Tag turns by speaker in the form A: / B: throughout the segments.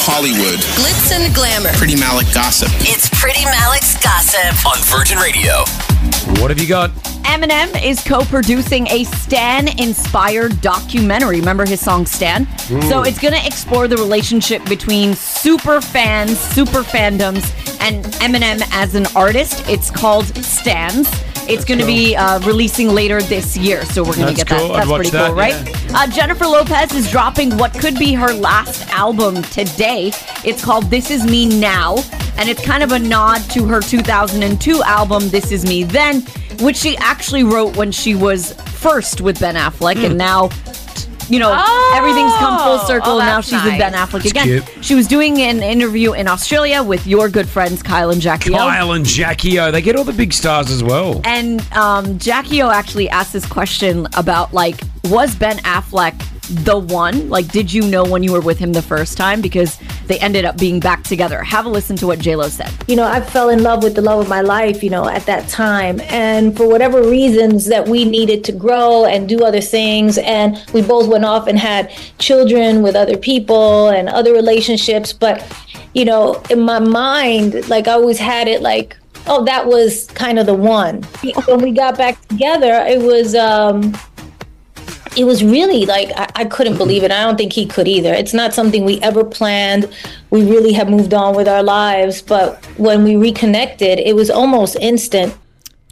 A: Hollywood.
B: Glitz and glamour.
A: Pretty Malik gossip.
B: It's Pretty Malik's Gossip.
C: on Virgin Radio.
D: What have you got?
E: Eminem is co-producing a Stan-inspired documentary. Remember his song Stan? So it's going to explore the relationship between super fans, super fandoms, and Eminem as an artist. It's called Stans. It's going to be uh, releasing later this year, so we're going
D: That's
E: to get
D: cool. I'd
E: that. That's
D: watch
E: pretty
D: that,
E: cool, right?
D: yeah.
E: Uh, Jennifer Lopez is dropping what could be her last album today. It's called This Is Me Now, and it's kind of a nod to her 2002 album, This Is Me Then, which she actually wrote when she was first with Ben Affleck, and now. You know,
F: Oh!
E: everything's come full circle,
F: Hmm. Oh,
E: and now
F: that's
E: she's with Ben
F: nice.
E: Affleck again.
D: cute.
E: She was doing an interview in Australia with your good friends Kyle and Jackie. O.
D: Kyle and Jackie O. They get all the big stars as well.
E: And um, Jackie O actually asked this question about like, was Ben Affleck the one? Like, did you know when you were with him the first time? Because they ended up being back together. Have a listen to what J Lo said.
G: you know, I fell in love with the love of my life, you know, at that time. And for whatever reasons that we needed to grow and do other things, and we both went off and had children with other people and other relationships. But, you know, in my mind, like I always had it like, oh, that was kind of the one. When we got back together, it was, um, it was really like I, I couldn't believe it. I don't think he could either. It's not something we ever planned. We really have moved on with our lives, but when we reconnected, it was almost instant.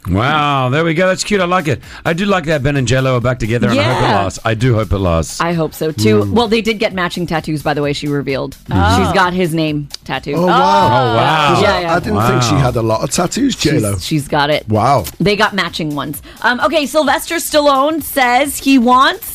D: Wow, there we go. That's cute. I like it. I do like that Ben and Jello are back together, and I hope it
E: Yeah.
D: lasts. I do hope it lasts.
E: I hope so too.
H: Mm.
E: Well, they did get matching tattoos, by the way. She revealed she's got his name tattooed.
H: Ah. Oh, wow.
D: oh, wow.
E: Yeah, yeah.
H: I didn't think she had a lot of tattoos, JLo.
E: She's- she's got it.
H: Wow.
E: They got matching ones. Um, okay, Sylvester Stallone says he wants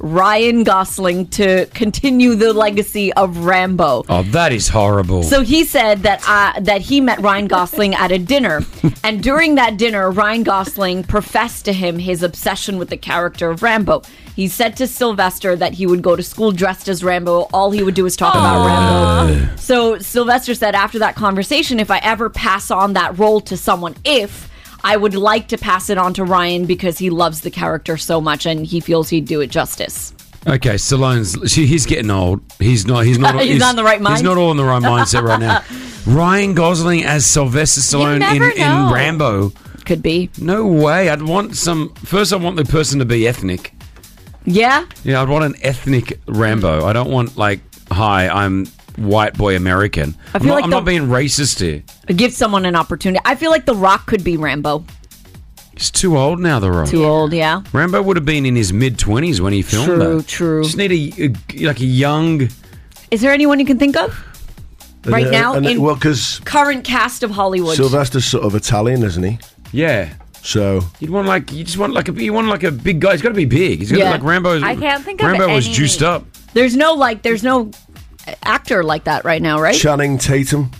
E: Ryan Gosling to continue the legacy of Rambo.
D: Oh, that is horrible.
E: So he said that uh, that he met Ryan Gosling at a dinner, and during that dinner, Ryan Gosling professed to him his obsession with the character of Rambo. He said to Sylvester that he would go to school dressed as Rambo. All he would do is talk about Rambo. So Sylvester said after that conversation, if I ever pass on that role to someone, if I would like to pass it on to Ryan because he loves the character so much and he feels he'd do it justice.
D: okay, Stallone's she, he's getting old. He's not. He's not.
E: He's not in the right
D: He's
E: mind.
D: not all in the right mindset right now. Ryan Gosling as Sylvester Stallone in,
F: never
D: in
F: know.
D: Rambo.
E: Could be,
D: No way. I'd want some. First, I want the person to be ethnic.
E: yeah.
D: Yeah, I'd want an ethnic Rambo. I don't want like, hi, I'm white boy American. I am
E: feel
D: not,
E: like
D: I'm
E: the-
D: not being racist here.
E: Give someone an opportunity. I feel like The Rock could be Rambo.
D: He's too old now, the Rock.
E: Too old, yeah.
D: Rambo would have been in his mid twenties when he filmed
E: True,
D: that.
E: true.
D: Just need a, a- like a young.
E: Is there anyone you can think of right
H: And, uh,
E: now
H: and, uh,
E: in
H: well, because
E: current cast of Hollywood?
H: Sylvester's sort of Italian, isn't he?
D: Yeah,
H: So
D: you'd want like you just want like a you want like a big guy. He's got to be big. He's got to
E: Yeah.
D: be like Rambo.
F: I can't think of
D: Rambo was
F: any-
D: juiced up.
E: There's no like, there's no actor like that right now, right?
H: Channing Tatum.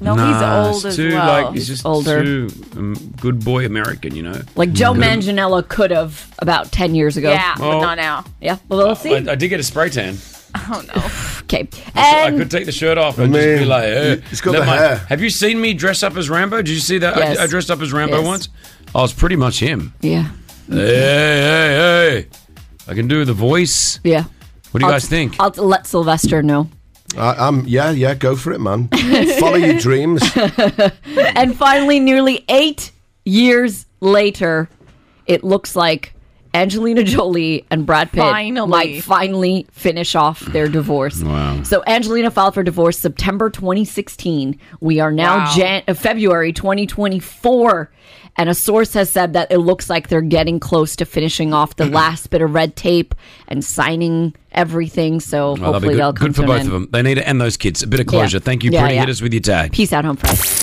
F: No,
D: Nah,
F: he's old
D: he's
F: as
D: too,
F: well.
D: Like, he's just
E: Older.
D: too um, good boy American, you know.
E: like Joe
D: Good.
E: Manganiello could have about ten years ago.
F: yeah,
D: Oh.
F: but not now.
E: yeah. Well, let's see.
D: Uh, I, I did get a spray tan.
F: Oh no.
E: okay,
D: I could
E: and
D: take the shirt off and
H: I
D: just be
H: mean,
D: like, eh.
H: it's got
D: Let
H: the hair.
D: Have you seen me dress up as Rambo? Did you see that? I-
E: Yes.
D: I, dressed up as Rambo
E: Yes.
D: once. I was pretty much him.
E: yeah,
D: Hey, hey, hey. I can do the voice.
E: yeah.
D: What do you
E: I'll-
D: guys think?
E: I'll let Sylvester know.
H: I, I'm yeah, yeah. Go for it, man. Follow your dreams.
E: And finally, nearly eight years later, it looks like Angelina Jolie and Brad Pitt
F: Finally.
E: might finally finish off their divorce.
D: Wow.
E: So Angelina filed for divorce September 2016. We are now
F: Wow.
E: Jan- uh, February 2024. And a source has said that it looks like they're getting close to finishing off the last bit of red tape and signing everything.
D: Well,
E: So
D: that'd be
E: hopefully
D: good,
E: they'll come
D: good for
E: to an
D: both
E: end.
D: of them. They need to end those kids. A bit of closure. Thank you,
E: Yeah,
D: Pretty.
E: yeah.
D: Hit us with your tag.
E: Peace out, home friends.